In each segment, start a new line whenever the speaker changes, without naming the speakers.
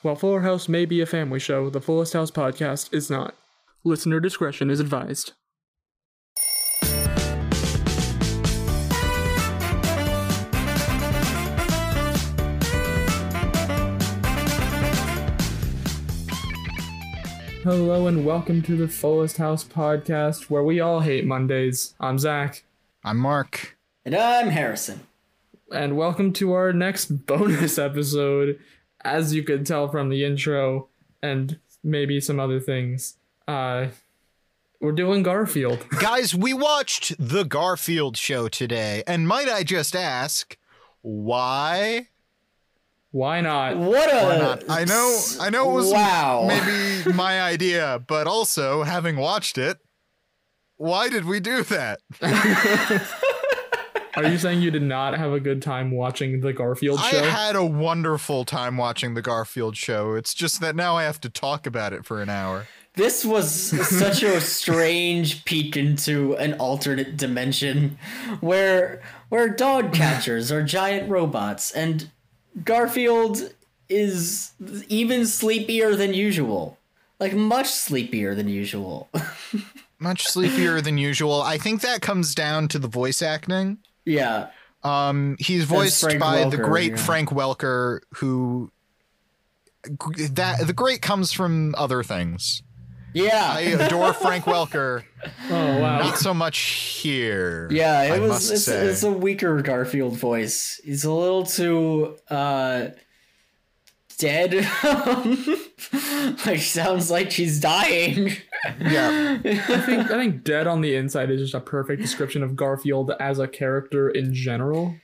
While Fuller House may be a family show, the Fullest House podcast is not. Listener discretion is advised. Hello and welcome to the Fullest House podcast, where we all hate Mondays. I'm Zach,
I'm Mark.
And I'm Harrison.
and welcome to our next bonus episode. As you could tell from the intro and maybe some other things, uh, we're doing Garfield.
Guys, we watched The Garfield Show today, and might I just ask, why?
Why not?
What
Why
a
not? Uh, I know, I know it was
wow.
maybe my idea, but also having watched it, why did we do that?
Are you saying you did not have a good time watching the Garfield
I
show?
had a wonderful time watching The Garfield Show. It's just that now I have to talk about it for an hour.
This was such a strange peek into an alternate dimension where where dog catchers are giant robots and Garfield is even sleepier than usual. Like much sleepier than usual.
Much sleepier than usual. I think that comes down to the voice acting.
yeah.
Um, he's voiced
Frank
by the
Welker,
great
yeah.
Frank Welker, who that the great comes from other things.
Yeah.
I adore Frank Welker,
oh wow!
not so much here.
Yeah, it
I
was.
must
It's,
say.
it's a weaker Garfield voice. He's a little too uh, dead. like sounds like she's dying.
yeah.
I think I think "Dead on the Inside" is just a perfect description of Garfield as a character in general.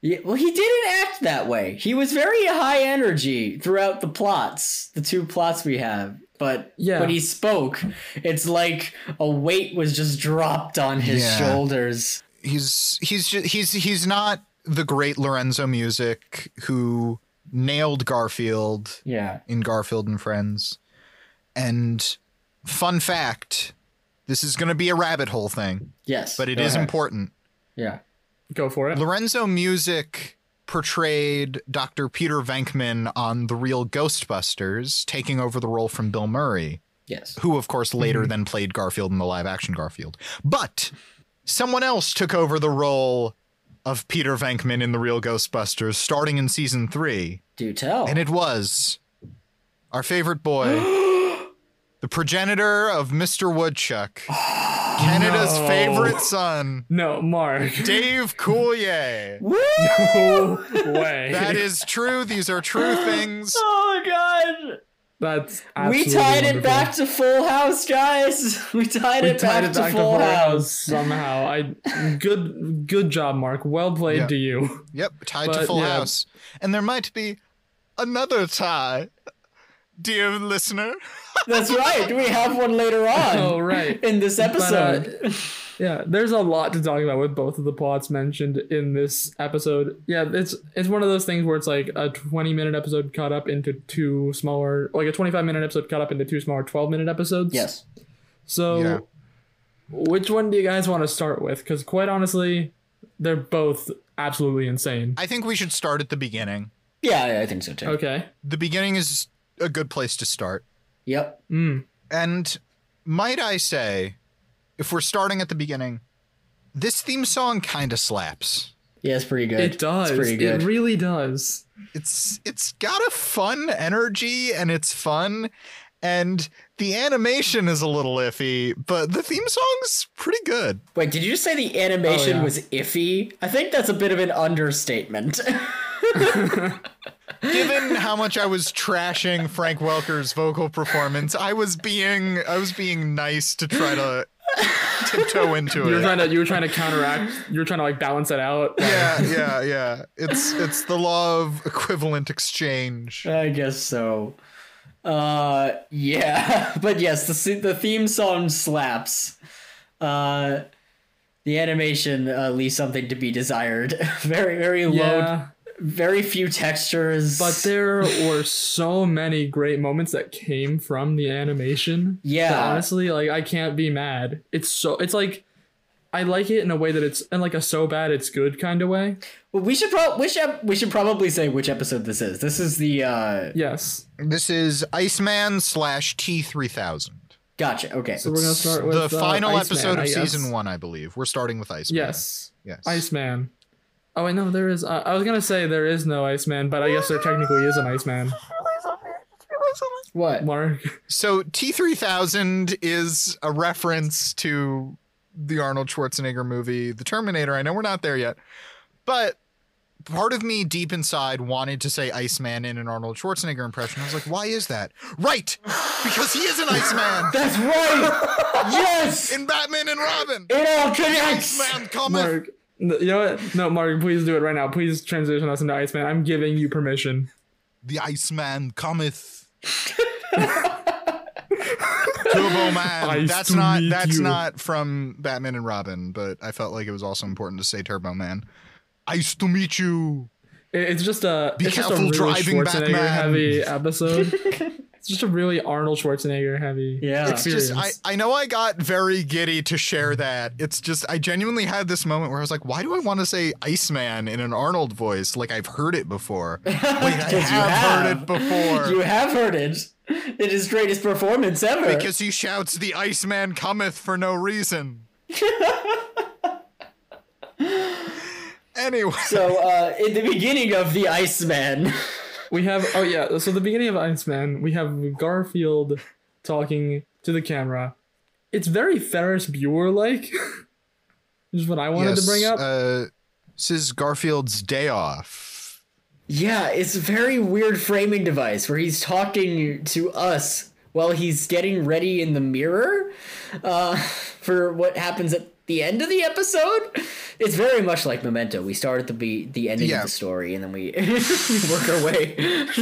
Yeah, well, he didn't act that way. He was very high energy throughout the plots, the two plots we have. But
Yeah.
when he spoke, it's like a weight was just dropped on his
Yeah.
shoulders.
He's he's ju- he's he's not the great Lorenzo Music who nailed Garfield
Yeah.
in Garfield and Friends. And fun fact, this is going to be a rabbit hole thing,
Yes.
but it
go
is
ahead.
important.
Yeah.
Go for it.
Lorenzo Music portrayed Dr. Peter Venkman on the real Ghostbusters, taking over the role from Bill Murray,
Yes.
who, of course, later then played Garfield in the live action Garfield. But someone else took over the role of Peter Venkman in the real Ghostbusters starting in season three,
Do tell.
and it was our favorite boy, the progenitor of Mr. Woodchuck, Canada's
No.
favorite son,
No, Mark.
Dave Coulier.
Woo!
No way.
That is true. These are true things.
Oh god!
That's
We
absolutely
tied it
wonderful.
back to Full House, guys. We tied
We
it back
tied it
to
back to
Full
Full House
House.
somehow. I good good job, Mark. Well played
Yeah.
to you.
Yep, tied to
But,
Full
yeah.
House. And there might be another tie, dear listener.
That's right. We have one later on
Oh right.
in this episode.
Yeah, there's a lot to talk about with both of the plots mentioned in this episode. Yeah, it's it's one of those things where it's like a 20 minute episode cut up into two smaller, like a 25 minute episode cut up into two smaller 12 minute episodes.
yes.
So,
Yeah.
which one do you guys want to start with? Because quite honestly, they're both absolutely insane.
I think we should start at the beginning.
Yeah, yeah, I think so too.
Okay.
The beginning is a good place to start.
Yep.
Mm.
And might I say, if we're starting at the beginning, this theme song kind of slaps.
Yeah, it's pretty good.
It does.
It's pretty good.
It really does.
It's it's got a fun energy and it's fun and the animation is a little iffy, but the theme song's pretty good.
Wait, did you just say the animation
Oh, yeah.
was iffy? I think that's a bit of an understatement.
given how much I was trashing Frank Welker's vocal performance, I was being I was being nice to try to tiptoe into
You were
it.
trying to you were trying to counteract. You were trying to like balance it out.
Yeah, yeah, yeah. It's it's the law of equivalent exchange.
I guess so. Uh, yeah, but yes, the se- the theme song slaps. Uh, the animation uh, leaves something to be desired. very very low,
Yeah.
very few textures.
But there were so many great moments that came from the animation. that
yeah,
honestly, like I can't be mad. It's so it's like I like it in a way that it's in like a so bad it's good kind of way.
Well, we should probably we should, we should probably say which episode this is. This is the uh
Yes.
This is Iceman slash T3000.
gotcha. Okay.
So we're gonna start with
the
uh,
final
Iceman,
episode
I
of
guess.
season one, I believe. We're starting with Iceman.
Yes.
Yes.
Iceman. Oh wait, no, there is. Uh, I was gonna say there is no Iceman, but I guess there technically is an Iceman.
what?
Mark.
So T3000 is a reference to the Arnold Schwarzenegger movie, The Terminator. I know we're not there yet, but part of me deep inside wanted to say Iceman in an Arnold Schwarzenegger impression. I was like, why is that? Right! Because he is an Iceman
That's right. yes.
in Batman and Robin!
It all connects.
Iceman cometh!
Mark. N- You know what? No, Mark. Please do it right now. Please transition us into Iceman. I'm giving you permission.
The Iceman cometh. Turbo Man.
Nice
that's
to
not
meet
that's
you.
not from Batman and Robin, but I felt like it was also important to say Turbo Man. Ice to meet you.
It- It's just a.
Be
it's just a
careful
really
driving,
Schwarzenegger
Batman.
heavy episode. it's just a really Arnold Schwarzenegger heavy.
Yeah.
It's just I, I know I got very giddy to share that. It's just I genuinely had this moment where I was like, why do I want to say Iceman in an Arnold voice? Like I've heard it before. Like I have,
you
heard
have.
it before.
You have heard it. It is greatest performance ever.
because he shouts the Iceman cometh for no reason. anyway.
so uh, in the beginning of the Iceman,
We have oh yeah, so the beginning of Iceman, we have Garfield talking to the camera. It's very Ferris Bueller like. is what I wanted to bring up.
Uh, this is Garfield's day off.
yeah, it's a very weird framing device where he's talking to us while he's getting ready in the mirror uh, for what happens at the end of the episode. It's very much like Memento. We start at the be- the ending
Yeah.
of the story and then we work our way.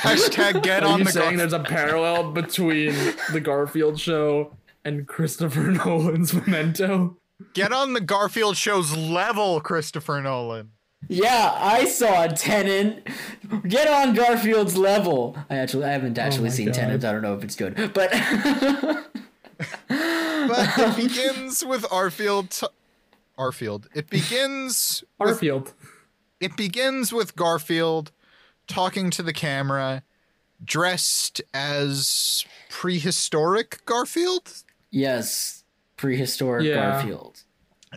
Hashtag get
Are
on
you
the
saying
Garfield.
there's a parallel between the Garfield show and Christopher Nolan's Memento?
Get on the Garfield show's level, Christopher Nolan.
Yeah, I saw Tenant. Get on Garfield's level. I actually, I haven't actually
Oh my
seen
God.
Tenant. I don't know if it's good, but
But it begins with Arfield. T- Arfield. It begins
Garfield.
it begins with Garfield talking to the camera, dressed as prehistoric Garfield,
yes, prehistoric
Yeah.
Garfield.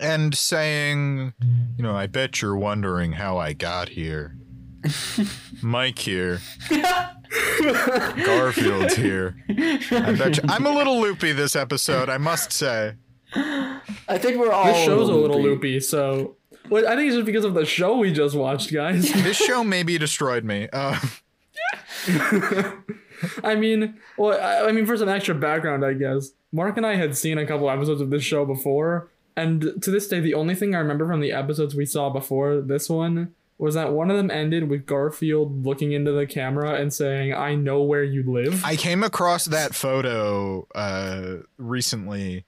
and saying, You know, I bet you're wondering how I got here. Mike here. Garfield here. I bet you. I'm a little loopy this episode, I must say.
I think we're all.
This show's a little loopy, so well, I think it's just because of the show we just watched, guys.
This show maybe destroyed me. Uh,
I mean, well, I, I mean, for some extra background, I guess. Mark and I had seen a couple episodes of this show before, and to this day, the only thing I remember from the episodes we saw before this one was that one of them ended with Garfield looking into the camera and saying, "I know where you live."
I came across that photo uh, recently.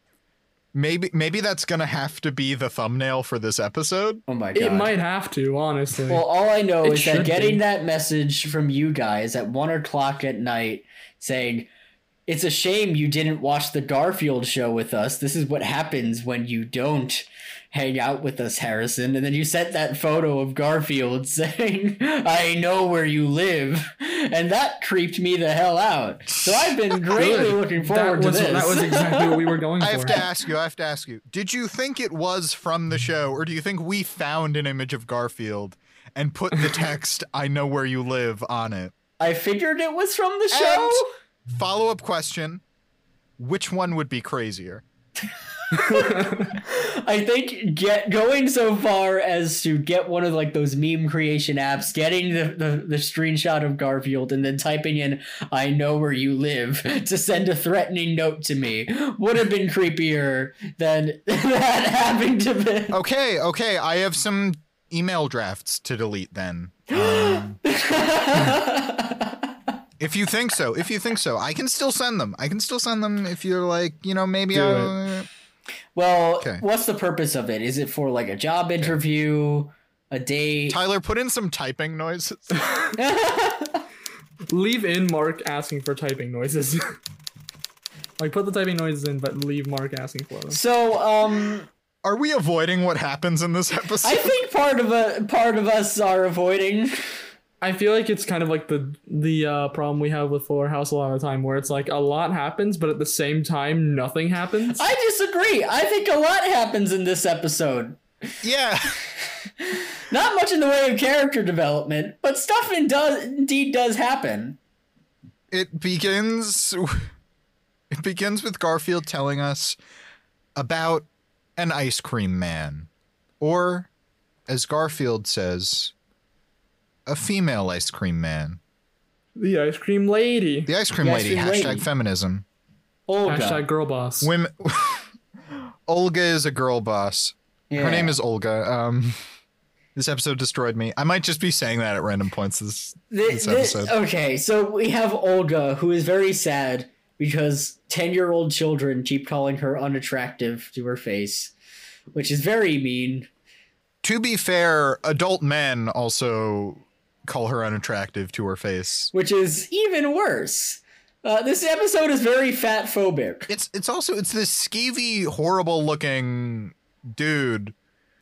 Maybe maybe that's gonna have to be the thumbnail for this episode.
Oh my god!
it might have to, honestly.
Well, all I know
It
is that
should
getting
be.
that message from you guys at one o'clock at night saying, It's a shame you didn't watch the Garfield show with us. This is what happens when you don't hang out with us, Harrison. And then you sent that photo of Garfield saying, I know where you live. And that creeped me the hell out. So I've been greatly
Good.
looking
that
forward
was
to this.
that was exactly what we were going
I
for.
have to ask you. I have to ask you. Did you think it was from the show, or do you think we found an image of Garfield and put the text "I know where you live" on it?
I figured it was from the show.
And follow up question: Which one would be crazier?
I think get going so far as to get one of like those meme creation apps, getting the, the, the screenshot of Garfield and then typing in I know where you live to send a threatening note to me would have been creepier than that having to be
Okay, okay. I have some email drafts to delete then. Um, If you think so, if you think so, I can still send them. I can still send them if you're like, you know, maybe
Do
I.
Well,
Okay.
what's the purpose of it? Is it for like a job interview, a date?
Tyler, put in some typing noises.
Leave in Mark asking for typing noises. Like put the typing noises in, but leave Mark asking for them.
So, um,
Are we avoiding what happens in this episode?
I think part of a part of us are avoiding.
I feel like it's kind of like the the uh, problem we have with Fuller House a lot of the time, where it's like a lot happens, but at the same time, nothing happens.
I disagree. I think a lot happens in this episode.
yeah.
Not much in the way of character development, but stuff in does indeed does happen.
It begins it begins with Garfield telling us about an ice cream man. Or as Garfield says, a female ice cream man.
The ice cream lady.
The ice cream
The ice
lady,
cream
hashtag
lady.
feminism.
Olga.
Hashtag girl boss.
Women Olga is a girl boss.
Yeah.
Her name is Olga. Um, this episode destroyed me. I might just be saying that at random points. This,
Thi-
this
thi-
episode.
okay, so we have Olga, who is very sad because 10 year old children keep calling her unattractive to her face, which is very mean.
to be fair, adult men also call her unattractive to her face.
which is even worse. Uh, this episode is very fat phobic.
It's it's also it's this skeevy, horrible looking dude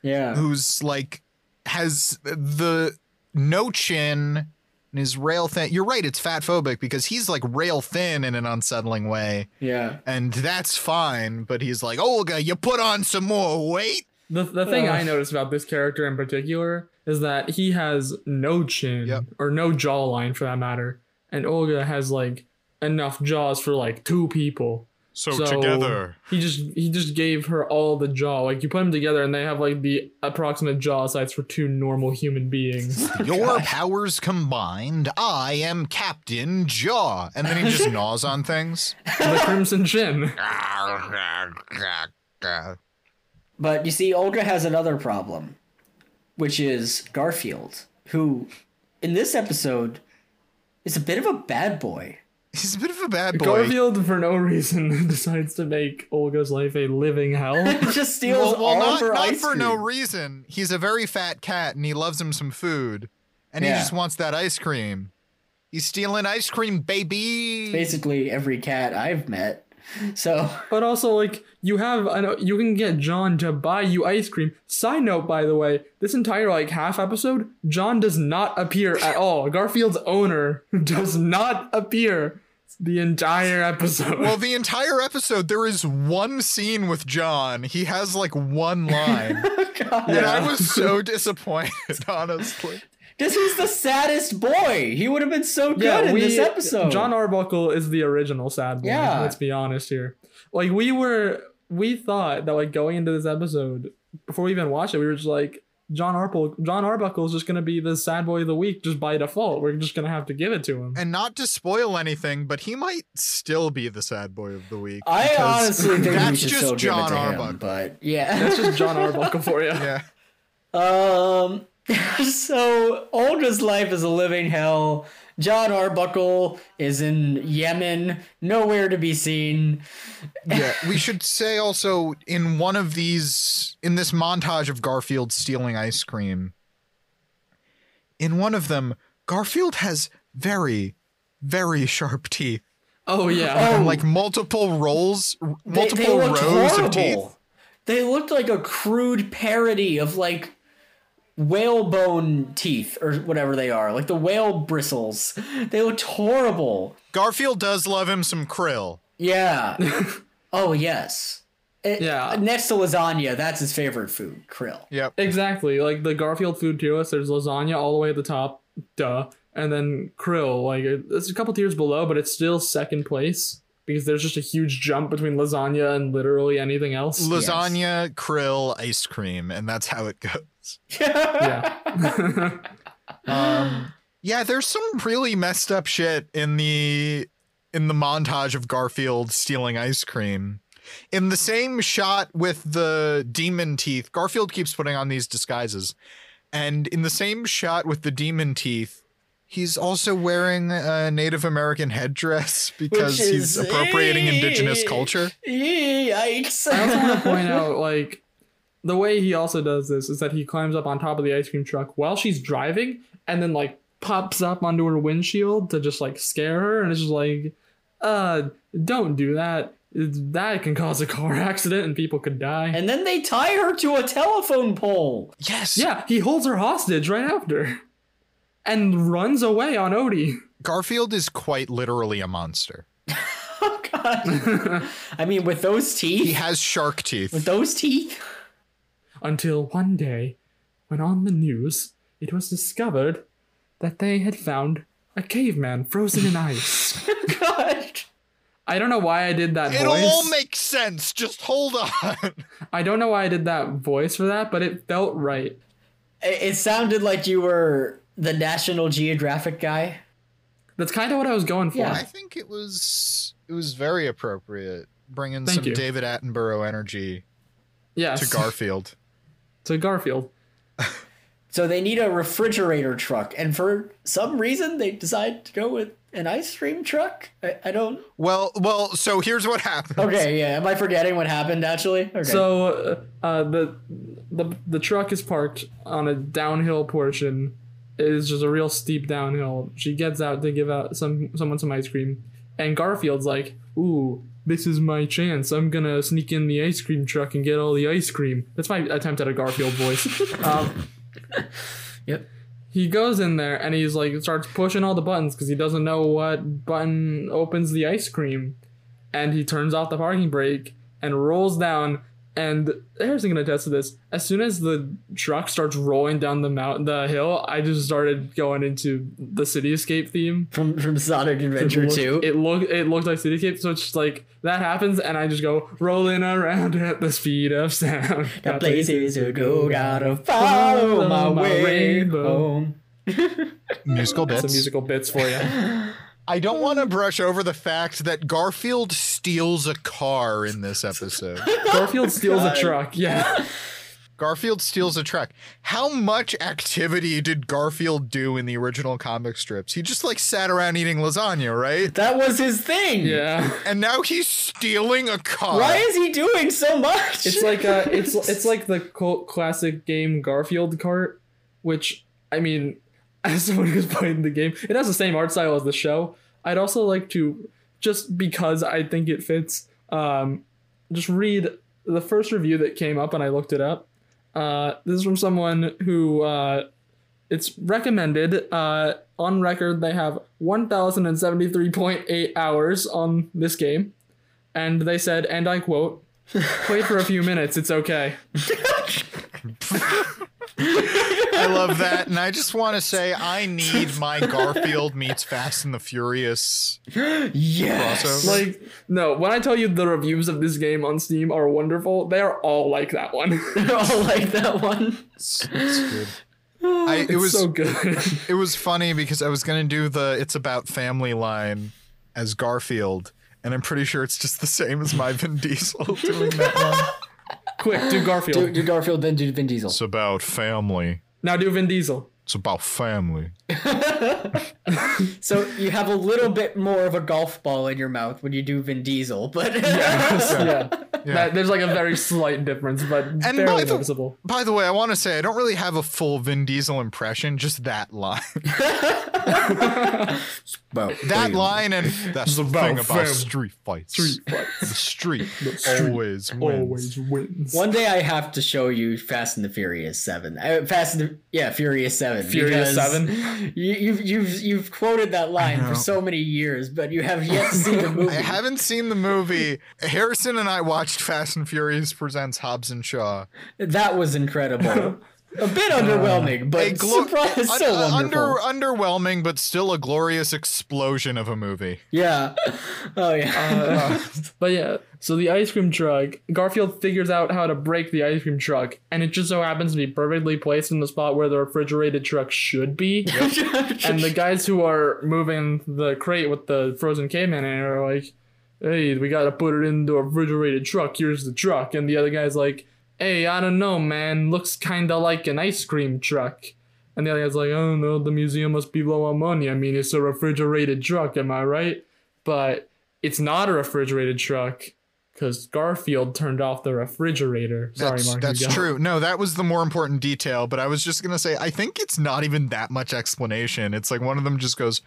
Yeah.
who's like has the no chin and is rail thin. You're right, it's fat phobic because he's like rail thin in an unsettling way,
Yeah.
and that's fine. But he's like, Olga, you put on some more weight.
The, the thing I
Ugh.
noticed about this character in particular is that he has no chin
Yep.
or no jawline for that matter, and Olga has like enough jaws for like two people. So he just he just gave her all the jaw. Like you put them together and they have like the approximate jaw size for two normal human beings.
Your powers combined, I am Captain Jaw. And then he just gnaws on things.
the crimson chin.
But you see, Olga has another problem, which is Garfield, who in this episode is a bit of a bad boy.
He's a bit of a bad boy.
Garfield for no reason decides to make Olga's life a living hell.
just steals
well, well,
all
not,
of her
not
ice
for
cream.
no reason. He's a very fat cat and he loves him some food. And
Yeah.
he just wants that ice cream. He's stealing ice cream, baby.
Basically, every cat I've met. So,
But also, like, you have, an, you can get John to buy you ice cream. Side note, by the way, this entire, like, half episode, John does not appear at all. Garfield's owner does not appear the entire episode.
Well, the entire episode, there is one scene with John. He has like one line.
God.
And I was so disappointed, honestly.
This is the saddest boy. He would have been so good in
we-
this episode.
John Arbuckle is the original sad boy.
Yeah.
Let's be honest here. Like we were we thought that like going into this episode, before we even watched it, we were just like, John Arbuckle John Arbuckle is just gonna be the sad boy of the week just by default. We're just gonna have to give it to him.
and not to spoil anything, but he might still be the sad boy of the week.
I
because-
honestly think we
that's
should
just
still
John
give it to him,
Arbuckle.
but yeah.
That's just John Arbuckle for you.
yeah,
Um, so Olga's life is a living hell. John Arbuckle is in Yemen, nowhere to be seen.
yeah. We should say also in one of these, in this montage of Garfield stealing ice cream, in one of them, Garfield has very, very sharp teeth,
Oh yeah.
and like multiple rolls, r-
They,
multiple
they looked
rows
horrible.
of teeth.
They looked like a crude parody of like whalebone teeth or whatever they are, like the whale bristles. They looked horrible.
Garfield does love him some krill.
Yeah. oh yes. It-
Yeah.
Next to lasagna, that's his favorite food, krill.
Yep.
Exactly. Like the Garfield food tier list, there's lasagna all the way at the top, duh. And then krill, like it- it's a couple tiers below, but it's still second place because there's just a huge jump between lasagna and literally anything else.
Lasagna, krill, ice cream, and that's how it goes.
yeah.
um, yeah, there's some really messed up shit in the in the montage of Garfield stealing ice cream. In the same shot with the demon teeth, Garfield keeps putting on these disguises, and in the same shot with the demon teeth, he's also wearing a Native American headdress because
Which
he's
is-
appropriating indigenous culture.
Yikes.
I also want to point out, like, the way he also does this is that he climbs up on top of the ice cream truck while she's driving and then, like, pops up onto her windshield to just, like, scare her. And it's just like, uh, don't do that. that can cause a car accident and people could die.
And then they tie her to a telephone pole.
Yes.
yeah, he holds her hostage right after and runs away on Odie.
Garfield is quite literally a monster.
Oh god. I mean, with those
He
teeth,
has shark
with
teeth.
those teeth,
Until one day, when on the news, it was discovered that they had found a caveman frozen in ice.
god.
I don't know why I did that
It'll
voice.
all make sense. Just hold on.
I don't know why I did that voice for that, but it felt right.
It, it sounded like you were the National Geographic guy.
That's kind of what I was going for.
Yeah.
I think it was it was very appropriate bringing
Thank
some
you.
David Attenborough energy
Yes.
to Garfield.
to Garfield.
So they need a refrigerator truck, and for some reason they decide to go with an ice cream truck. I, I don't.
well, well, so here's what happened.
Okay, yeah. Am I forgetting what happened actually? Okay.
So uh, uh, the the the truck is parked on a downhill portion. It is just a real steep downhill. She gets out to give out some someone some ice cream, and Garfield's like, "Ooh, this is my chance. I'm gonna sneak in the ice cream truck and get all the ice cream." That's my attempt at a Garfield voice. um,
Yep.
He goes in there and he's like starts pushing all the buttons because he doesn't know what button opens the ice cream, and he turns off the parking brake and rolls down and Harrison can attest to this. As soon as the truck starts rolling down the mountain, the hill, I just started going into the City Escape theme.
from from Sonic Adventure
it looked,
Two.
It looked it looked like City Escape, so it's just like that happens, and I just go rolling around at the speed of sound.
Got places to go, gotta follow my way
rainbow.
home.
Musical
Some
bits.
musical bits for you.
I don't want
Hmm.
to brush over the fact that Garfield steals a car in this episode.
Garfield steals
God.
a truck. Yeah,
Garfield steals a truck. How much activity did Garfield do in the original comic strips? He just like sat around eating lasagna, right?
That was his thing.
yeah.
And now he's stealing a car.
Why is he doing so much?
It's like uh, it's it's like the cult classic game Garfield Kart, which I mean, as someone who's played the game, it has the same art style as the show. I'd also like to, just because I think it fits, um, just read the first review that came up, and I looked it up. Uh, this is from someone who uh, it's recommended. Uh, on record, they have one thousand and seventy three point eight hours on this game, and they said, and I quote. Play for a few minutes. It's okay.
I love that. And I just want to say I need my Garfield meets Fast and the Furious.
yes.
Crossover.
Like, no, when I tell you the reviews of this game on Steam are wonderful, they are all like that one.
They're all like that one.
I, it was
so good.
it was funny because I was gonna do the "It's About Family" line as Garfield, and I'm pretty sure it's just the same as my Vin Diesel doing that line.
Quick, do Garfield.
Do, do Garfield, then do Vin Diesel.
It's about family.
now do Vin Diesel.
It's about family.
So you have a little bit more of a golf ball in your mouth when you do Vin Diesel, but
yeah. That, there's like a very slight difference, but
by
barely
the-
noticeable.
By the way, I want to say I don't really have a full Vin Diesel impression, just that line. That line and that's the
about
thing about
fam-
street fights.
Street
The street,
street
always wins.
always wins.
one day I have to show you Fast and the Furious Seven. Uh, Fast and the, yeah, Furious Seven.
Furious
because
Seven?
You, you've you've you've quoted that line
know.
for so many years, but you have yet to see the movie.
I haven't seen the movie. Harrison and I watched Fast and Furious presents Hobbs and Shaw.
That was incredible. A bit underwhelming,
A
but
glo-
surprise,
un-
so
uh,
wonderful.
Under, underwhelming, but still a glorious explosion of a movie.
yeah. Oh yeah.
Uh, But yeah, so the ice cream truck, Garfield figures out how to break the ice cream truck, and it just so happens to be perfectly placed in the spot where the refrigerated truck should be. and the guys who are moving the crate with the frozen caveman in it are like, "Hey, we gotta put it into a refrigerated truck. Here's the truck." And the other guy's like, "Hey, I don't know, man. Looks kinda like an ice cream truck." And the other guy's like, "Oh no, the museum must be low on money. I mean, it's a refrigerated truck. Am I right?" But it's not a refrigerated truck because Garfield turned off the refrigerator. Sorry,
That's,
Mark. you
that's
go.
true. No, that was the more important detail, but I was just going to say, I think it's not even that much explanation. It's like one of them just goes,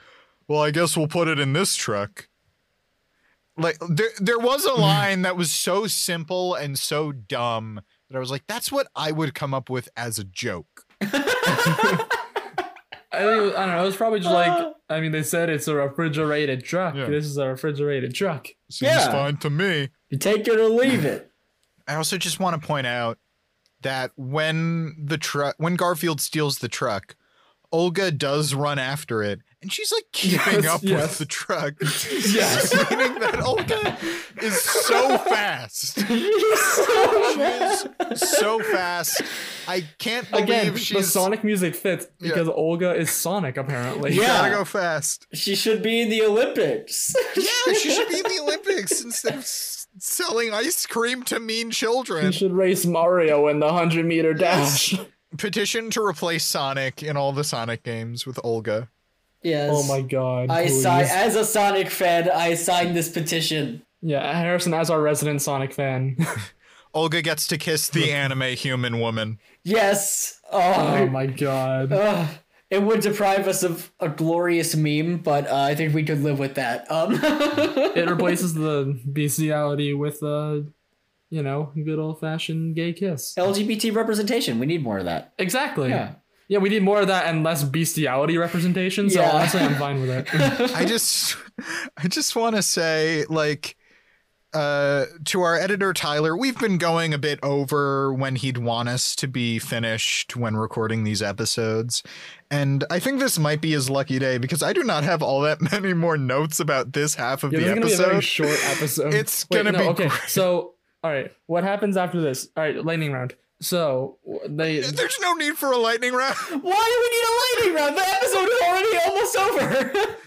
Well, I guess we'll put it in this truck. like there there was a line that was so simple and so dumb that I was like, that's what I would come up with as a joke.
I think it was, I don't know. It was probably just like I mean, they said it's a refrigerated truck.
Yeah.
This is a refrigerated truck.
Seems
Yeah.
fine to me.
You take it or leave it.
I also just want to point out that when the truck when Garfield steals the truck, Olga does run after it, and she's like keeping
Yes,
up with
yes.
the truck.
Yes.
Meaning that Olga is so fast. She is so fast. I can't believe
Again, the
she's
Sonic music fits
Yeah.
because Olga is Sonic apparently.
Yeah.
gotta go fast.
She should be in the Olympics.
Yeah, she should be in the Olympics instead of s- selling ice cream to mean
You
children.
should race Mario in the 100 meter dash.
Petition to replace Sonic in all the Sonic games with Olga.
yes.
Oh my god.
I
please.
sign as a Sonic fan. I sign this petition.
Yeah, Harrison as our resident Sonic fan.
Olga gets to kiss the anime human woman.
Yes. Oh,
oh my god.
Ugh. it would deprive us of a glorious meme, but uh, I think we could live with that. Um,
It replaces the bestiality with a, you know, good old fashioned gay kiss.
LGBT representation. We need more of that.
Exactly.
Yeah.
Yeah, we need more of that and less bestiality representation. So
Yeah.
honestly, I'm fine with it.
I just I just want to say like uh to our editor Tyler, we've been going a bit over when he'd want us to be finished when recording these episodes. And I think this might be his lucky day because I do not have all that many more notes about this half of
Yeah,
the
this is gonna be a
episode.
very short episode.
It's
Wait,
gonna
no,
be
okay.
great.
So, all right, what happens after this? All right, lightning round. So w- they
There's no need for a lightning round.
Why do we need a lightning round? The episode is already almost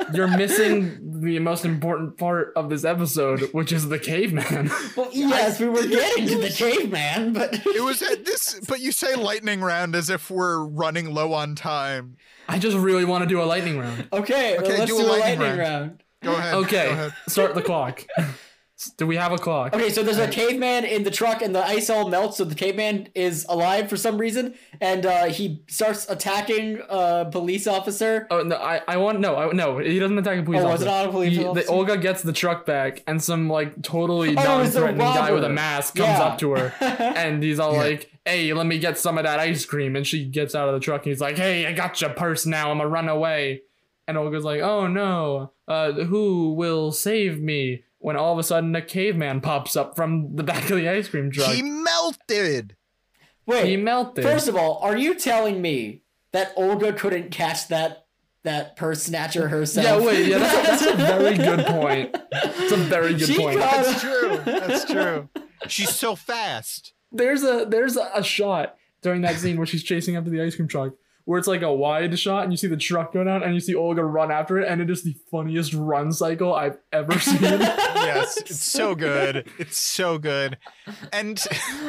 over.
you're missing the most important part of this episode, which is the caveman.
well, yes, we were getting to the caveman, but
It was at this, but you say lightning round as if we're running low on time.
I just really want to do a lightning round.
okay. well,
Okay,
let's do, a lightning, round.
Go ahead. Go
Okay,
ahead.
start the clock. S- Do we have a clock?
Okay, so there's a caveman in the truck, and the ice all melts, so the caveman is alive for some reason, and uh, he starts attacking a police officer.
Oh no, I, I want no, I, no. He doesn't attack a police
Oh, was
officer.
it not a police
He- the-
officer?
Olga gets the truck back, and some like totally
Oh, it was the
non-threatening guy with a
robber.
mask comes
Yeah.
up to her, and he's all
Yeah.
like, "Hey, let me get some of that ice cream." And she gets out of the truck, and he's like, "Hey, I got your purse now. I'm a runaway." And Olga's like, "Oh no, uh, who will save me?" When all of a sudden a caveman pops up from the back of the ice cream truck,
He
he,
melted.
Wait,
melted.
First of all, are you telling me that Olga couldn't catch that that purse snatcher herself?
yeah, wait, yeah, that's, that's a very good point. It's a very good
She
point.
got-
That's true. That's true. She's so fast.
there's a there's a a shot during that scene where she's chasing after the ice cream truck where it's like a wide shot and you see the truck go down and you see Olga run after it and it is the funniest run cycle I've ever seen.
Yes, it's so good. It's so good. And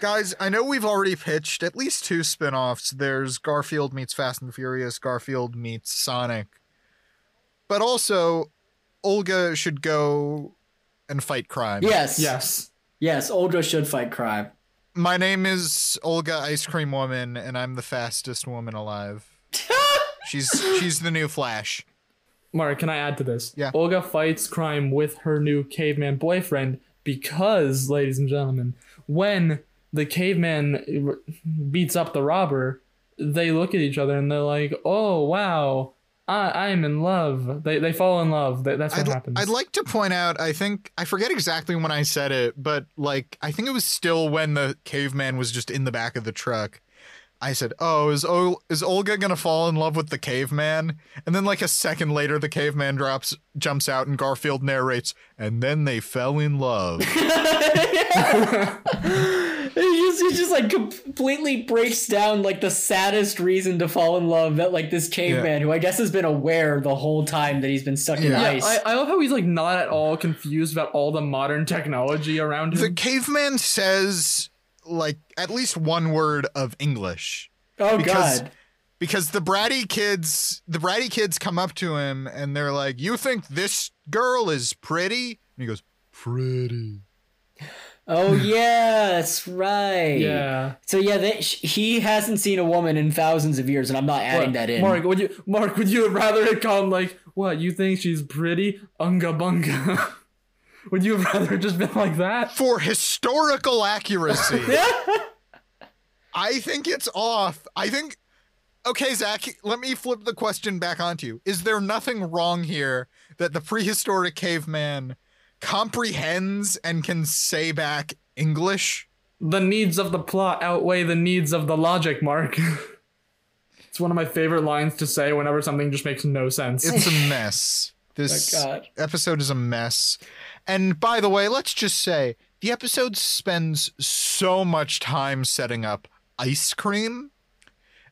guys, I know we've already pitched at least two spin-offs. There's Garfield meets Fast and Furious, Garfield meets Sonic. But also Olga should go and fight crime.
Yes.
yes.
Yes. Olga should fight crime.
My name is Olga Ice Cream Woman, and I'm the fastest woman alive. she's she's the new Flash.
Mara, can I add to this?
Yeah.
Olga fights crime with her new caveman boyfriend because, ladies and gentlemen, when the caveman beats up the robber, they look at each other and they're like, "Oh wow, I I'm in love." They they fall in love. That, that's what
I'd,
happens.
I'd like to point out, I think I forget exactly when I said it, but like I think it was still when the caveman was just in the back of the truck. I said, "Oh, is o- is Olga gonna fall in love with the caveman?" And then, like a second later, the caveman drops, jumps out, and Garfield narrates, and then they fell in love.
It just, it just like completely breaks down like the saddest reason to fall in love that like this caveman who I guess has been aware the whole time that he's been stuck in
Yeah.
Yeah,
ice. Oh,
I, I love how he's like not at all confused about all the modern technology around
the
him.
caveman says, like at least one word of English.
oh
because-
god.
because the bratty kids the bratty kids come up to him and they're like you think this girl is pretty and he goes pretty
Oh yeah, that's right.
yeah.
So yeah, that sh- he hasn't seen a woman in thousands of years, and I'm not adding
What?
that in.
Mark, would you Mark, would you have rather it called like what, you think she's pretty? Unga bunga. Would you have rather just been like that?
for historical accuracy. I think it's off. I think. Okay, Zach, let me flip the question back onto you. Is there nothing wrong here that the prehistoric caveman comprehends and can say back English?
The needs of the plot outweigh the needs of the logic, Mark. it's one of my favorite lines to say whenever something just makes no sense.
It's a mess. This
God.
episode is a mess. And by the way, let's just say the episode spends so much time setting up ice cream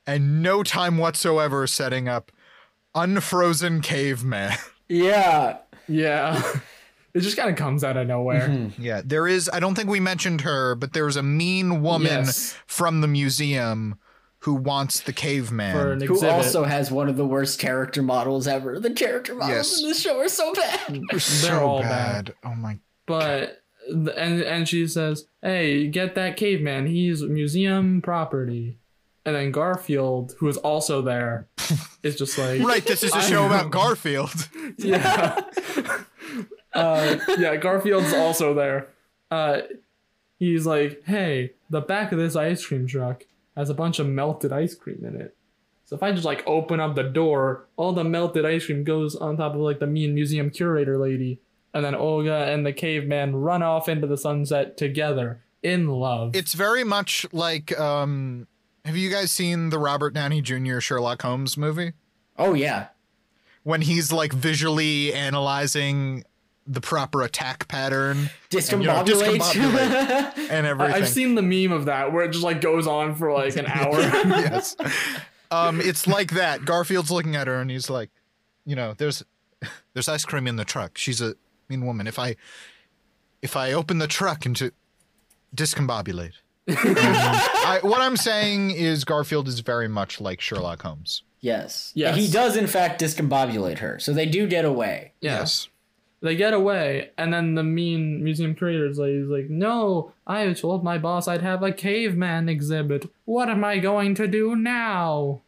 and no time whatsoever setting up unfrozen caveman.
Yeah.
yeah. It just kind of comes out of nowhere.
yeah, there is, I don't think we mentioned her, but there's a mean woman
Yes.
from the museum who wants the caveman.
For an
Who
exhibit.
also has one of the worst character models ever. The character models
Yes.
in this show are so bad.
They're so
all
bad. Oh my
but and and she says, "Hey, get that caveman. He's museum property." And then Garfield, who is also there, is just like,
Right, this is a
I
show about
know.
Garfield.
yeah, uh, yeah." Garfield's also there. Uh, he's like, "Hey, the back of this ice cream truck has a bunch of melted ice cream in it." So if I just like open up the door, all the melted ice cream goes on top of like the mean museum curator lady, and then Olga and the caveman run off into the sunset together in love.
it's very much like um have you guys seen the Robert Downey Jr. Sherlock Holmes movie?
Oh yeah.
When he's like visually analyzing the proper attack pattern And, you know,
Discombobulate.
and everything.
I've seen the meme of that where it just like goes on for like an hour.
yes. Um it's like that. Garfield's looking at her and he's like, you know, there's there's ice cream in the truck. She's a mean woman. If I if I open the truck and to discombobulate. I, what I'm saying is Garfield is very much like Sherlock Holmes.
yes.
Yes.
And he does in fact discombobulate her, so they do get away.
Yeah. They get away, and then the mean museum curators lady's like, "No, I told my boss I'd have a caveman exhibit. What am I going to do now?"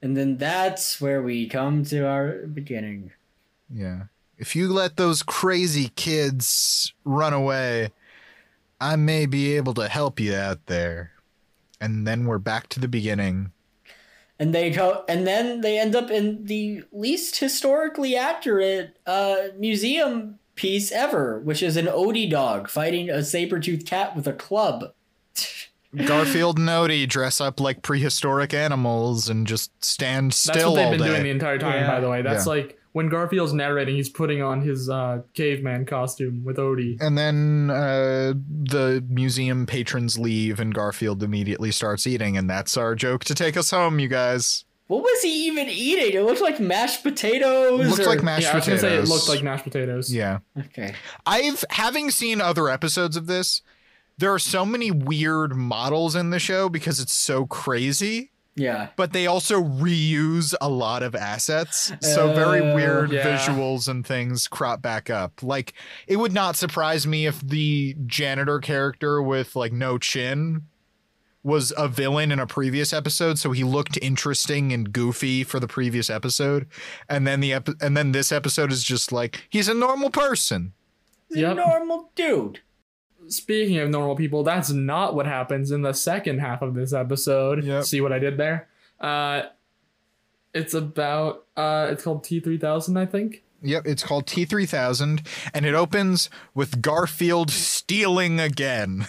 And then that's where we come to our beginning.
Yeah. If you let those crazy kids run away, I may be able to help you out there. And then we're back to the beginning.
And they go and then they end up in the least historically accurate uh, museum piece ever, which is an Odie dog fighting a saber-toothed cat with a club.
Garfield and Odie dress up like prehistoric animals and just stand
That's
still
what they've
all
been
day.
doing the entire time,
Yeah.
by the way. That's
Yeah.
like when Garfield's narrating, he's putting on his uh, caveman costume with Odie.
and then uh, the museum patrons leave, and Garfield immediately starts eating. And that's our joke to take us home, you guys.
What was he even eating? It looked like mashed potatoes.
Looks
or-
like mashed
yeah, I was gonna say it
potatoes.
looked like mashed potatoes.
yeah.
Okay.
I've having seen other episodes of this, there are so many weird models in the show because it's so crazy,
Yeah.
but they also reuse a lot of assets. So very
Uh,
weird
yeah.
visuals and things crop back up. Like it would not surprise me if the janitor character with like no chin was a villain in a previous episode so he looked interesting and goofy for the previous episode and then the ep- and then this episode is just like he's a normal person
He's a
Yep.
normal dude.
Speaking of normal people, that's not what happens in the second half of this episode.
Yep.
See what I did there? Uh, it's about uh, it's called T three thousand, I think.
Yep, it's called T3000, and it opens with Garfield stealing again.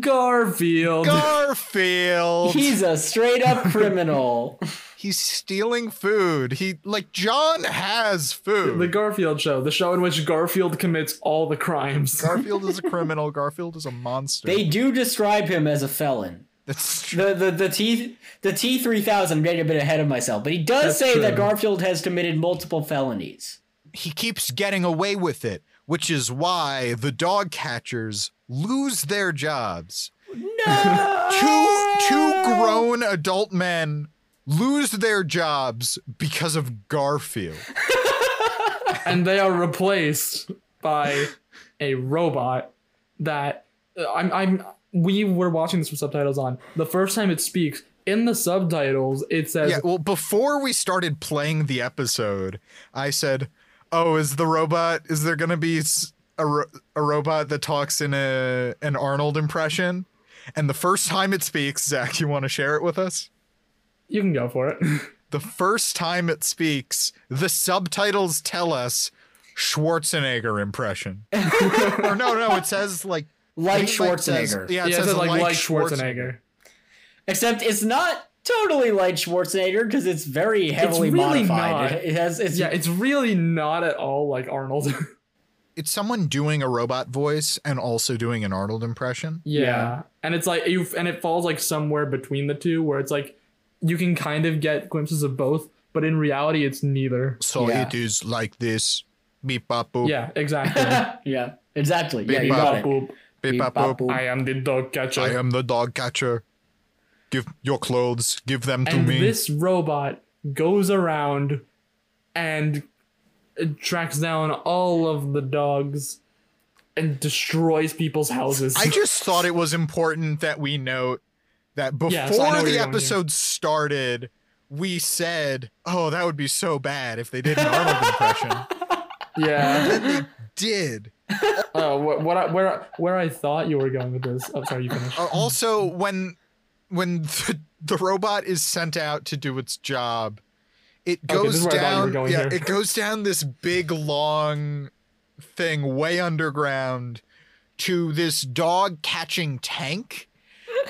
Garfield.
Garfield!
He's a straight up criminal.
He's stealing food. He, like, John has
the
food.
Garfield show, the show in which Garfield commits all the crimes.
Garfield is a criminal. Garfield is a monster.
they do describe him as a felon.
That's true.
The the the T the T three thousand. I'm getting a bit ahead of myself, but he
That's
does say that
true.
Garfield has committed multiple felonies.
He keeps getting away with it, which is why the dog catchers lose their jobs.
No.
Two, two grown adult men lose their jobs because of Garfield.
and they are replaced by a robot that uh, I'm I'm we were watching this with subtitles on. The first time it speaks in the subtitles, it says
Yeah, well, before we started playing the episode, I said, oh, is the robot? Is there gonna be s- a, ro- a robot that talks in a an Arnold impression? And the first time it speaks, Zach, you want to share it with us?
You can go for it.
The first time it speaks, the subtitles tell us Schwarzenegger impression. or no, no, it says like I
Like
think, like, says-
Schwarzenegger.
yeah,
yeah,
it says,
like, like
Schwarz-
Schwarzenegger.
Except it's not totally like Schwarzenegger because it's very heavily
really
modified.
not.
It, it has it's
Yeah, it's really not at all like Arnold.
It's someone doing a robot voice and also doing an Arnold impression.
yeah.
Yeah.
and it's like you and it falls like somewhere between the two, where it's like you can kind of get glimpses of both, but in reality, it's neither.
So
Yeah.
it is like this. Beep bop boop.
Yeah, exactly.
yeah, exactly.
Big
yeah, you
Bob.
got it.
Boop.
Beep
Beep,
bop
bop,
boop.
boop.
I am the dog catcher.
I am the dog catcher. Give your clothes, give them to
and
me.
this robot goes around and tracks down all of the dogs and destroys people's houses.
I just thought it was important that we note that before
Yes, I know where
the
you're going here.
episode started, we said, "Oh, that would be so bad if they did an Arnold impression."
yeah.
Did
Oh, what, what I, where I- where I thought you were going with this? I'm sorry, you finished.
Uh, also when when the, the robot is sent out to do its job, it
Okay, this
goes
is where I thought you were
down.
going
Yeah,
here.
it goes down this big long thing way underground to this dog catching tank,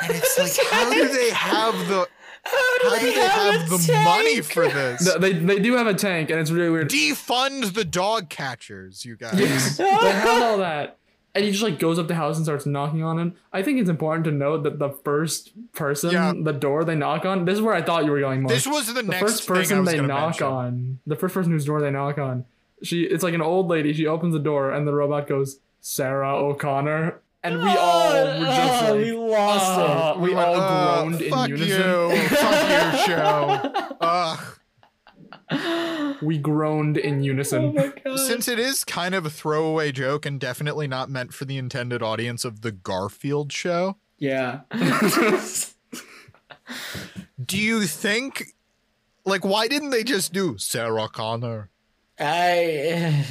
and it's like, how do they have the how do they have the money for this?
No, they they do have a tank, and it's really weird.
Defund the dog catchers, you guys.
Yes, they have all that. And he just like goes up to house and starts knocking on him. I think it's important to note that the first person,
Yeah.
the door they knock on, this is where I thought you were going. Mark.
This was the,
the
next
first
thing I
person
was
they
gonna
knock
mention.
on, the first person whose door they knock on, she it's like an old lady. She opens the door and the robot goes, "Sarah O'Connor," and we all were just
Oh,
like,
we lost
"Ah,"
it. Oh
we
went,
all
"Ugh,
groaned
uh, fuck
in unison.
You. fuck your show. Ugh.
We groaned in
Oh
unison.
my god.
Since it is kind of a throwaway joke and definitely not meant for the intended audience of the Garfield show,
yeah.
do you think, like, why didn't they just do Sarah Connor?
I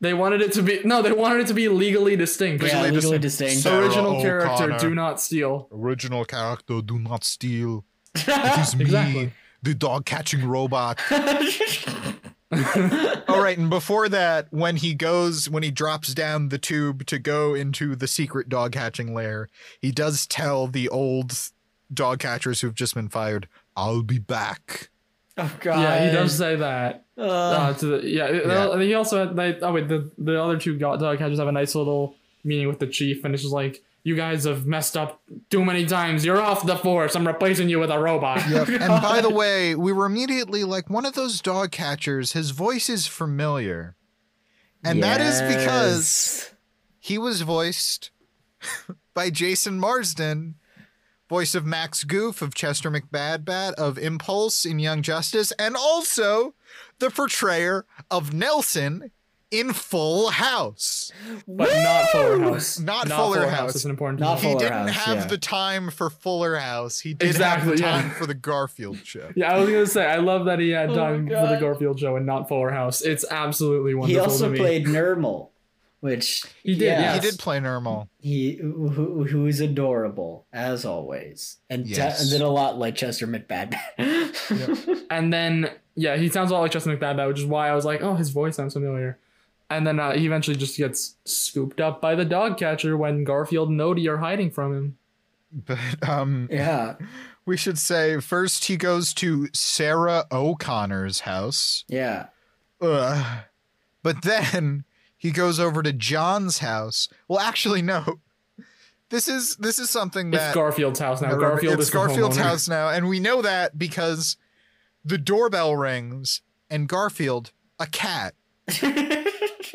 they wanted it to be no, they wanted it to be legally distinct.
yeah,
Legally
legally
distinct.
distinct.
So- Sarah
Original character,
O'Connor.
do not steal.
Original character, do not steal. It is me,
Exactly.
the dog catching robot. All right, and before that, when he goes, when he drops down the tube to go into the secret dog hatching lair, he does tell the old dog catchers who've just been fired, "I'll be back."
oh god.
Yeah, he does say that.
Uh,
Uh, to the, yeah,
Yeah.
and he also had, they, oh wait, the, the other two go- dog catchers have a nice little meeting with the chief, and it's just like, you guys have messed up too many times. You're off the force. I'm replacing you with a robot.
Yep. and by the way, we were immediately like, one of those dog catchers. His voice is familiar, and that is because
yes.
he was voiced by Jason Marsden, voice of Max Goof of Chester McBadbat of Impulse in Young Justice, and also the portrayer of Nelson in Full House.
But not Fuller
Woo!
House.
Not Fuller House.
It's an important
Not
note.
he
Fuller
didn't
House,
have
yeah.
the time for Fuller House. He did have
Exactly,
the
yeah.
time for the Garfield show.
Yeah, I was gonna say I love that he had
Oh my
time for the
God.
Garfield show and not Fuller House. It's absolutely
He
wonderful. to
also
me.
played Nermal, which
He did,
He
yeah.
did play normal.
he who, who who is adorable as always, and de-
Yes.
did a lot like Chester McBadman.
And then yeah, he sounds a lot like Justin McBadbat, which is why I was like, oh, his voice sounds familiar. And then uh, he eventually just gets scooped up by the dog catcher when Garfield and Odie are hiding from him.
But um,
yeah,
we should say first he goes to Sarah O'Connor's house.
yeah.
Ugh. But then he goes over to John's house. Well, actually, no. This is this is something
it's
that
Garfield's house now.
I remember-
Garfield
it's
is the
Garfield's
homeowner.
house now, and we know that because the doorbell rings and Garfield, a cat.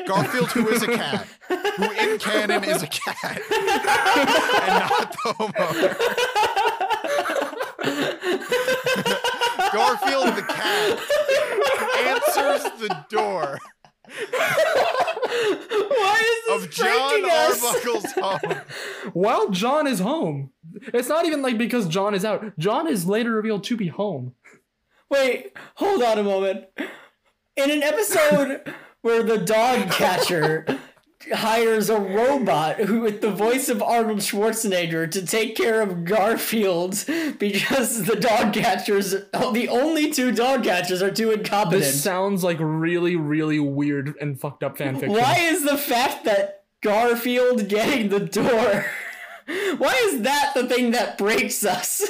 Garfield, who is a cat, who in canon is a cat, and not the homeowner. Garfield the cat answers the door.
Why is
of
this
John
breaking us?
Arbuckle's home.
While John is home, it's not even like because John is out. John is later revealed to be home.
Wait, hold on a moment. In an episode where the dog catcher hires a robot who with the voice of Arnold Schwarzenegger to take care of Garfield because the dog catchers oh, the only two dog catchers are too incompetent.
This sounds like really, really weird and fucked up fanfiction.
Why is the fact that Garfield getting the door? Why is that the thing that breaks us?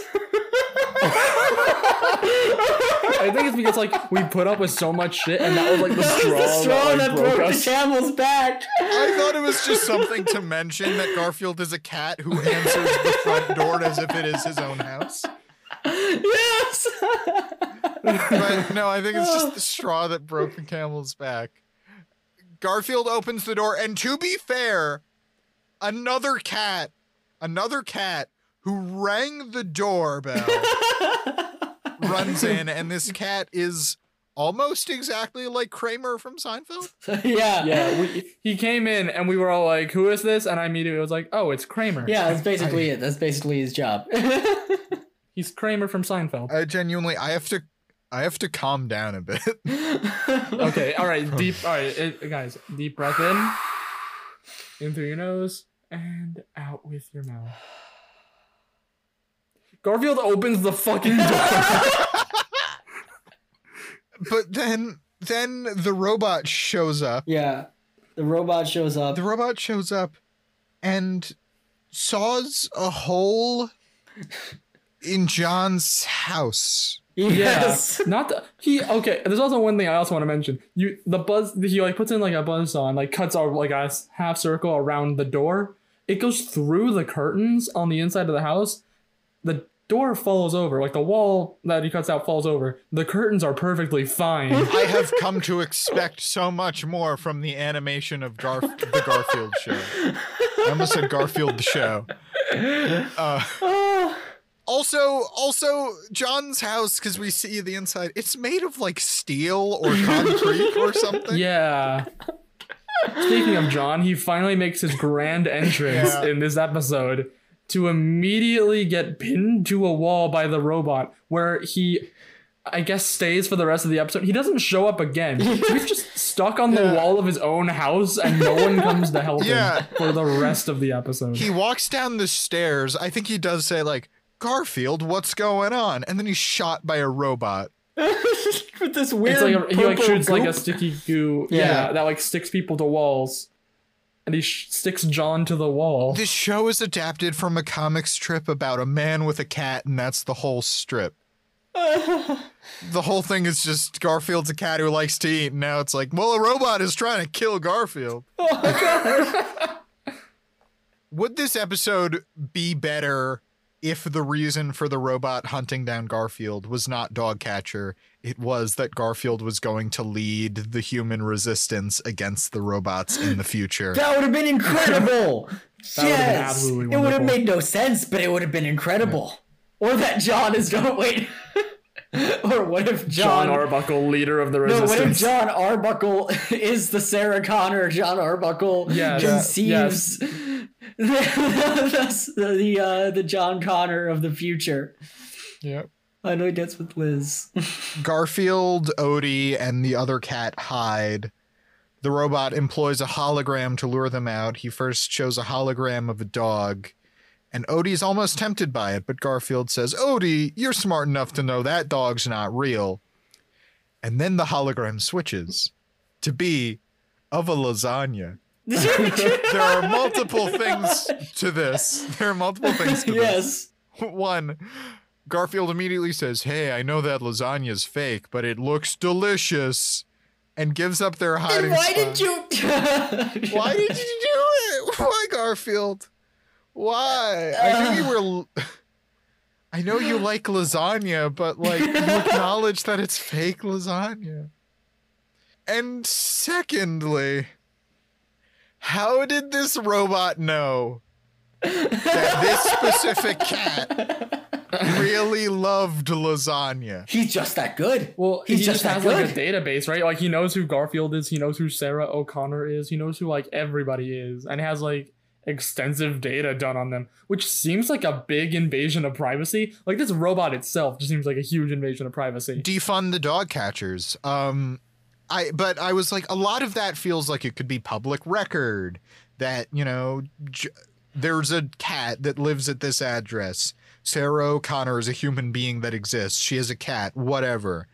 I think it's because like we put up with so much shit, and that was like the
That was
straw,
the straw
that, like,
that broke, the
us.
camel's back.
I thought it was just something to mention that Garfield is a cat who answers the front door as if it is his own house.
Yes.
But no, I think it's just the straw that broke the camel's back. Garfield opens the door, and to be fair, another cat, another cat who rang the doorbell runs in, and this cat is almost exactly like Kramer from Seinfeld.
yeah.
Yeah, we, he came in, and we were all like, "Who is this?" And I immediately was like, "Oh, it's Kramer.
Yeah, that's basically it. That's basically his job.
he's Kramer from Seinfeld."
I genuinely, I have to, I have to calm down a bit.
okay, all right, deep. All right, it, guys, deep breath in, in through your nose and out with your mouth. Garfield opens the fucking door.
But then, then the robot shows up.
yeah. The robot shows up.
The robot shows up and saws a hole in John's house.
yes.
not the, he. Okay, there's also one thing I also want to mention. You the buzz. He like puts in like a buzz saw and like cuts our like a s- half circle around the door. It goes through the curtains on the inside of the house. The door falls over, like the wall that he cuts out falls over. The curtains are perfectly fine.
I have come to expect so much more from the animation of Garf- the Garfield show. I almost said Garfield the show. Uh,
Oh,
also, also John's house because we see the inside. It's made of like steel or concrete or something.
Yeah. Speaking of John, he finally makes his grand entrance
Yeah.
in this episode to immediately get pinned to a wall by the robot, where he, I guess, stays for the rest of the episode. He doesn't show up again. He's just stuck on
Yeah.
the wall of his own house, and no one comes to help
Yeah.
him for the rest of the episode.
He walks down the stairs. I think he does say like, "Garfield, what's going on?" And then he's shot by a robot.
with this weird
it's like a, he like
purple
shoots like a
goop.
sticky goo, yeah.
Yeah.
that like sticks people to walls, and he sh- sticks John to the wall.
This show is adapted from a comic strip about a man with a cat, and that's the whole strip. the whole thing is just Garfield's a cat who likes to eat, and now it's like, well, a robot is trying to kill Garfield. Would this episode be better if the reason for the robot hunting down Garfield was not Dogcatcher? It was that Garfield was going to lead the human resistance against the robots in the future.
That would have been incredible.
been
yes.
absolutely
it would have
wonderful.
made no sense, but it would have been incredible. Or that John is going wait. or what if John,
John Arbuckle, leader of the
No,
resistance.
what if John Arbuckle is the Sarah Connor John Arbuckle
Yes,
conceives the the, uh, the John Connor of the future?
Yep.
I know he gets with Liz.
Garfield, Odie, and the other cat hide. The robot employs a hologram to lure them out. He first shows a hologram of a dog, and Odie's almost tempted by it, but Garfield says, Odie, you're smart enough to know that dog's not real. And then the hologram switches to be of a lasagna. There are multiple things to this. There are multiple things to this
yes.
one garfield immediately says hey i know that lasagna's fake but it looks delicious and gives up their hiding
Why
spot.
did you?
why did you do it why garfield why i think you were l- i know you like lasagna but like you acknowledge that it's fake lasagna and secondly how did this robot know that this specific cat really loved lasagna.
He's just that good.
Well,
he's
he
just
just,
that
has like a database, right? Like he knows who Garfield is, he knows who Sarah O'Connor is, he knows who like everybody is, and has like extensive data done on them, which seems like a big invasion of privacy. Like this robot itself just seems like a huge invasion of privacy.
Defund the dog catchers. Um, I but I was like a lot of that feels like it could be public record that you know j- there's a cat that lives at this address. Sarah O'Connor is a human being that exists. She is a cat, whatever.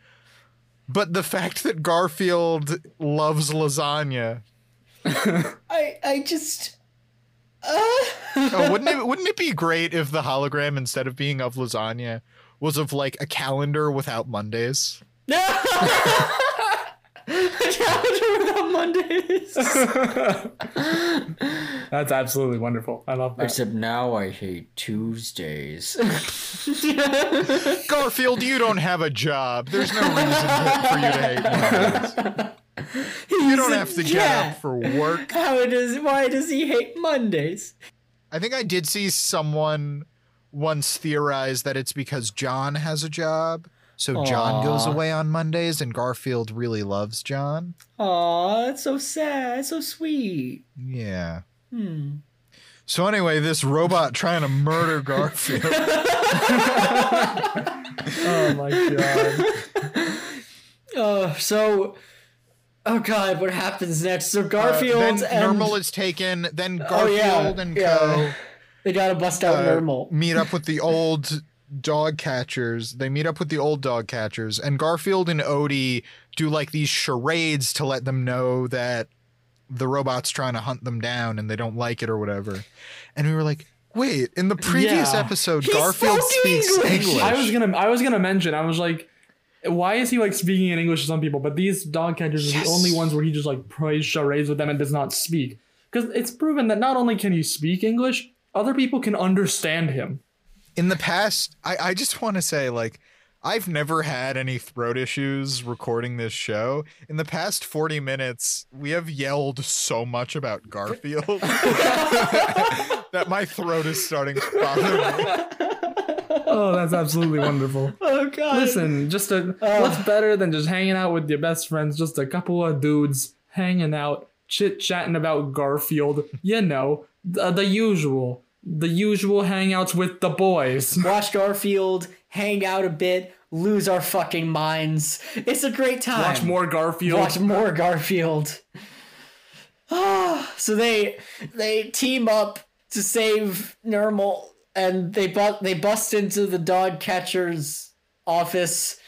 But the fact that Garfield loves lasagna,
I I just uh,
oh, wouldn't it wouldn't it be great if the hologram instead of being of lasagna was of like a calendar without Mondays?
no. Calendar without Mondays.
That's absolutely wonderful. I love that.
Except now I hate Tuesdays.
Garfield, you don't have a job. There's no reason for you to hate Mondays. You don't have to get up for work.
How does why does he hate Mondays?
I think I did see someone once theorize that it's because John has a job. So John goes
Aw.
away on Mondays and Garfield really loves John.
Aw, that's so sad. That's so sweet.
Yeah.
Hmm.
So anyway, this robot trying to murder Garfield.
Oh my god.
Oh, so oh god, what happens next? So
Uh,
Garfield
then
and
Normal is taken. Then
Oh,
Garfield
yeah,
and
yeah.
Co.
they gotta bust out
uh,
Normal.
meet up with the old dog catchers. They meet up with the old dog catchers, and Garfield and Odie do like these charades to let them know that the robot's trying to hunt them down and they don't like it or whatever. And we were like, wait, in the previous
Yeah.
episode,
He
Garfield
spoke
speaks
English.
English.
I was gonna I was gonna mention, I was like, why is he like speaking in English to some people? But these dog catchers are
Yes.
the only ones where he just like plays charades with them and does not speak. Because it's proven that not only can he speak English, other people can understand him.
in the past, I, I just want to say, like, I've never had any throat issues recording this show. In the past 40 minutes, we have yelled so much about Garfield that my throat is starting to bother me.
Oh, that's absolutely wonderful.
Oh god.
Listen, just a what's better than just hanging out with your best friends? Just a couple of dudes hanging out, chit chatting about Garfield. You know, the, the usual, the usual hangouts with the boys.
watch Garfield, hang out a bit, lose our fucking minds. It's a great time.
Watch more Garfield.
Watch more Garfield. Ah, so they they team up to save Normal, and they bu- they bust into the dog catcher's office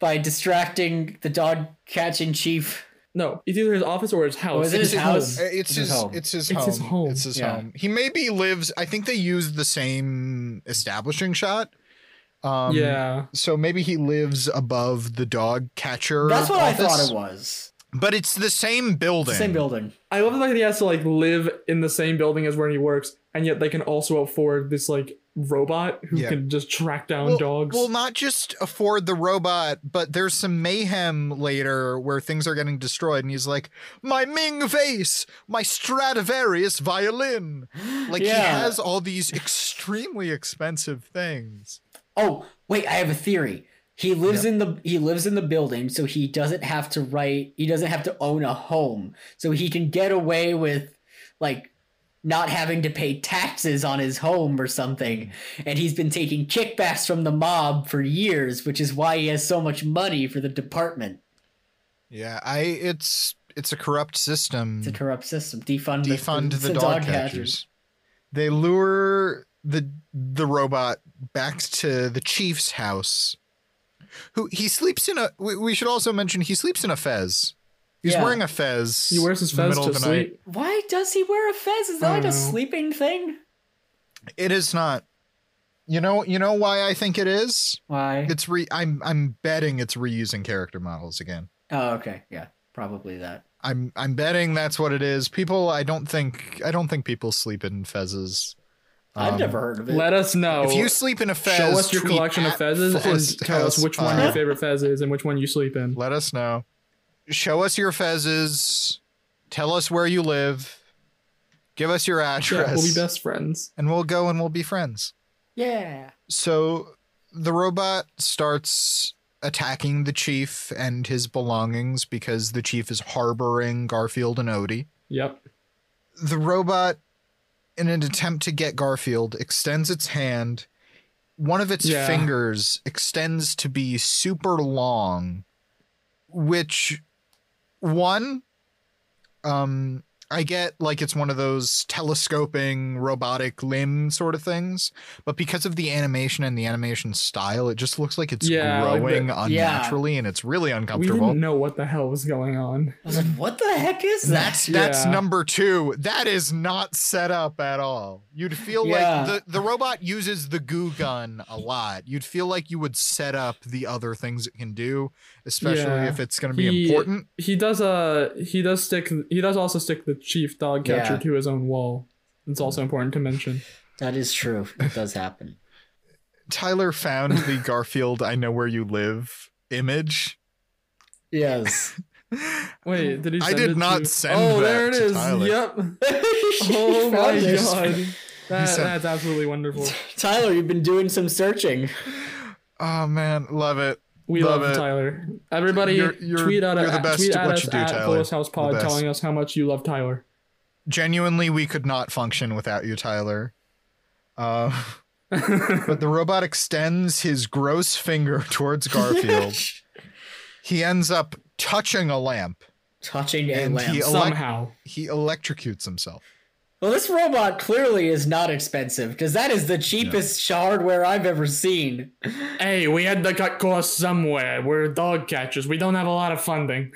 by distracting the dog catching chief.
no, it's either his office or
Oh,
his house.
Was it
It's
his house?
home.
It's
It's his
his,
home.
it's his
It's
home.
his home.
It's his
Yeah.
home. He maybe lives, I think they used the same establishing shot. Um,
yeah,
So maybe he lives above the dog catcher.
That's what I
office,
thought it was.
But it's the same building.
Same building.
I love the fact that he has to like live in the same building as where he works, and yet they can also afford this like robot who
Yeah.
can just track down dogs.
Well, not just afford the robot, but there's some mayhem later where things are getting destroyed, and he's like, "My Ming vase, my Stradivarius violin." Like he
Yeah.
has all these extremely expensive things.
Oh, wait, I have a theory. He lives in the he lives in the building, so he doesn't have to write he doesn't have to own a home. So he can get away with like not having to pay taxes on his home or something. And he's been taking kickbacks from the mob for years, which is why he has so much money for the department.
Yeah, I it's it's a corrupt system.
It's a corrupt system. Defund,
Hmm. Defund the, dog, catchers. They lure the the robot back to the chief's house. Who he sleeps in a. We, we should also mention he sleeps in a fez. He's
Yeah.
wearing a fez.
he wears his
in the
fez
middle
to
of the night.
sleep.
Why does he wear a fez? Is that
I
like a
don't know.
sleeping thing?
It is not. You know. You know why I think it is.
Why?
It's re. I'm. I'm betting it's reusing character models again.
Oh, okay. Yeah. Probably that.
I'm. I'm betting that's what it is. People. I don't think. I don't think people sleep in fezes.
I've
Um,
never heard of it.
Let us know.
If you sleep in a fez,
Oh, Show us your
tweet
collection of
at
fezzes and
Fullest
tell us
House
which one your
Pod.
favorite fez is and which one you sleep in.
Let us know. Show us your fezzes. Tell us where you live. Give us your address.
Yeah, we'll be best friends.
And we'll go and we'll be friends.
yeah.
So the robot starts attacking the chief and his belongings because the chief is harboring Garfield and Odie.
Yep.
The robot, in an attempt to get Garfield, extends its hand. One of its
Yeah.
fingers extends to be super long, which One, um, I get like it's one of those telescoping robotic limb sort of things, but because of the animation and the animation style, it just looks like it's
Yeah, like
growing
the-
yeah.
unnaturally and it's really
We
uncomfortable.
didn't know what the hell was going on.
I was like, what the heck is that?
That's that's
Yeah.
number two. That is not set up at all. You'd feel
Yeah.
like the, the robot uses the goo gun a lot. You'd feel like you would set up the other things it can do, especially
Yeah.
if it's gonna be
He-
important.
He does uh he does stick he does also stick the chief dog catcher
Yeah.
to his own wall. It's also important to mention.
That is true. It does happen.
Tyler found the Garfield I know where you live image.
Yes.
Wait, did he?
I
Send
did
it
not
to...
send
Oh,
that
there it
to
is.
Tyler.
Yep. Oh my god, that,
sent-
that's absolutely wonderful.
Tyler, you've been doing some searching.
Oh man, love it.
We
Love
love,
it.
Tyler. Everybody,
You're- you're-
tweet at,
you're the
at-
best
tweet
at
at
what
us
you do,
at
Tyler.
Fullest House
The
Pod,
best.
telling us how much you love Tyler.
Genuinely, we could not function without you, Tyler. Uh, but the robot extends his gross finger towards Garfield. he ends up touching a lamp.
Touching a
And
lamp.
he- Elec-
Somehow,
He electrocutes himself.
Well, this robot clearly is not expensive because that is the cheapest hardware I've ever seen.
hey, we had to cut costs somewhere. We're dog catchers. We don't have a lot of funding.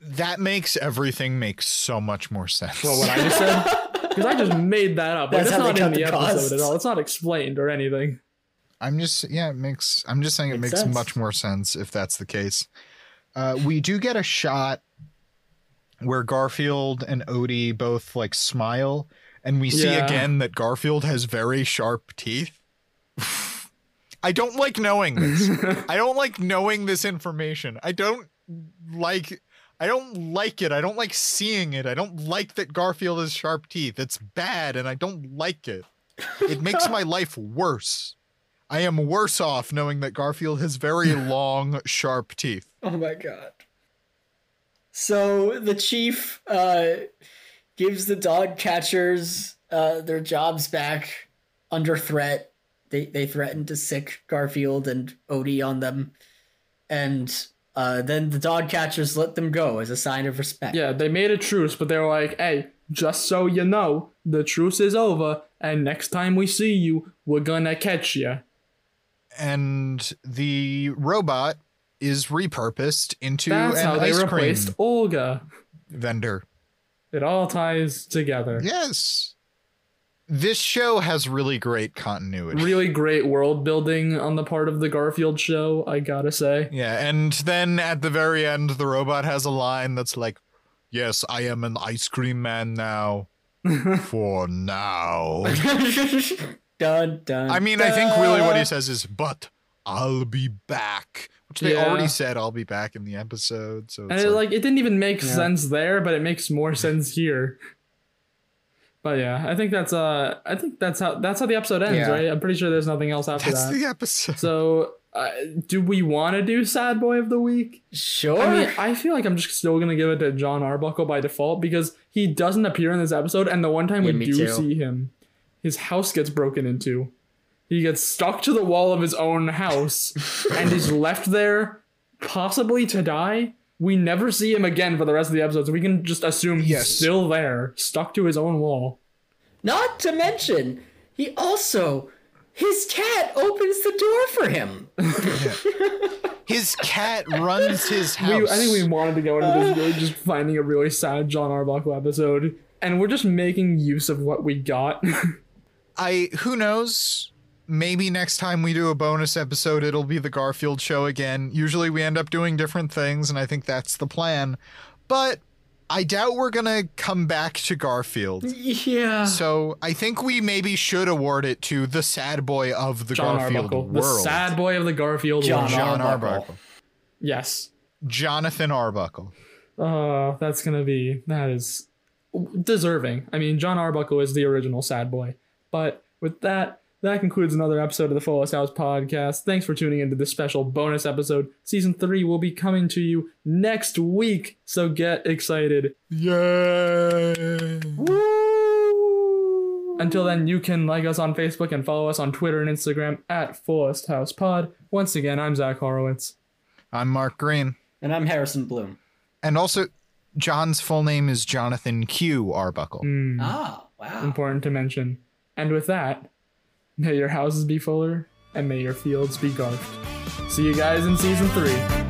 That makes everything make so much more sense.
Well, what I just said, because I just made that up. Like,
That's
that's
how
not
they cut
in the
the
episode
costs.
at all. It's not explained or anything.
I'm just yeah, it makes I'm just saying it
Makes
makes
sense.
much more sense if that's the case. Uh, we do get a shot where Garfield and Odie both like smile, and we see
Yeah.
again that Garfield has very sharp teeth. I don't like knowing this. I don't like knowing this information. I don't like I don't like it. I don't like seeing it. I don't like that Garfield has sharp teeth. It's bad and I don't like it. It makes my life worse. I am worse off knowing that Garfield has very long, sharp teeth.
Oh my god. So the chief uh, gives the dog catchers uh, their jobs back under threat. They they threaten to sick Garfield and Odie on them, and uh, then the dog catchers let them go as a sign of respect.
Yeah, they made a truce, but they were like, hey, just so you know, the truce is over, and next time we see you, we're gonna catch you.
And the robot is repurposed into
That's
an
how they
ice
replaced
cream
Olga.
vendor.
It all ties together.
Yes. This show has really great continuity.
Really great world building on the part of the Garfield show, I gotta say.
Yeah, and then at the very end, the robot has a line that's like, "Yes, I am an ice cream man now." For now,
dun dun.
I mean, I think really what he
dun.
says is, "But I'll be back," which they
Yeah.
already said, "I'll be back" in the episode. So
And
it's
it,
like,
like it didn't even make
Yeah.
sense there, but it makes more sense here. But yeah, I think that's uh I think that's how that's how the episode ends,
Yeah.
right? I'm pretty sure there's nothing else after
that's
that.
the episode.
So, uh, do we want to do Sad Boy of the Week?
Sure.
I mean, I feel like I'm just still gonna give it to John Arbuckle by default because he doesn't appear in this episode, and the one time
Yeah,
we
me
do
too.
see him, his house gets broken into. He gets stuck to the wall of his own house and is left there, possibly to die. We never see him again for the rest of the episodes. We can just assume he's
Yes.
still there, stuck to his own wall.
Not to mention, he also his cat opens the door for him.
His cat runs his house.
We, I think we wanted to go into this really just finding a really sad John Arbuckle episode, and we're just making use of what we got.
I who knows? Maybe next time we do a bonus episode, it'll be the Garfield show again. Usually we end up doing different things, and I think that's the plan. But I doubt we're gonna come back to Garfield.
Mm.
Yeah.
So I think we maybe should award it to the sad boy of the
John
Garfield
Arbuckle,
world.
the sad boy of the Garfield
John
world.
Ar-
John
Arbuckle.
Arbuckle.
Yes.
Jonathan Arbuckle.
Oh, that's gonna be that is deserving. I mean, John Arbuckle is the original sad boy. But with that, that concludes another episode of the Fullest House podcast. Thanks for tuning into this special bonus episode. Season three will be coming to you next week, so get excited.
Yay!
Until then, you can like us on Facebook and follow us on Twitter and Instagram at Fullest House Pod. Once again, I'm Zach Horowitz.
I'm Mark Green.
And I'm Harrison Bloom.
And also John's full name is Jonathan Q. Arbuckle.
Mm,
Ah, wow.
Important to mention. And with that, may your houses be fuller and may your fields be garfed. See you guys in season three.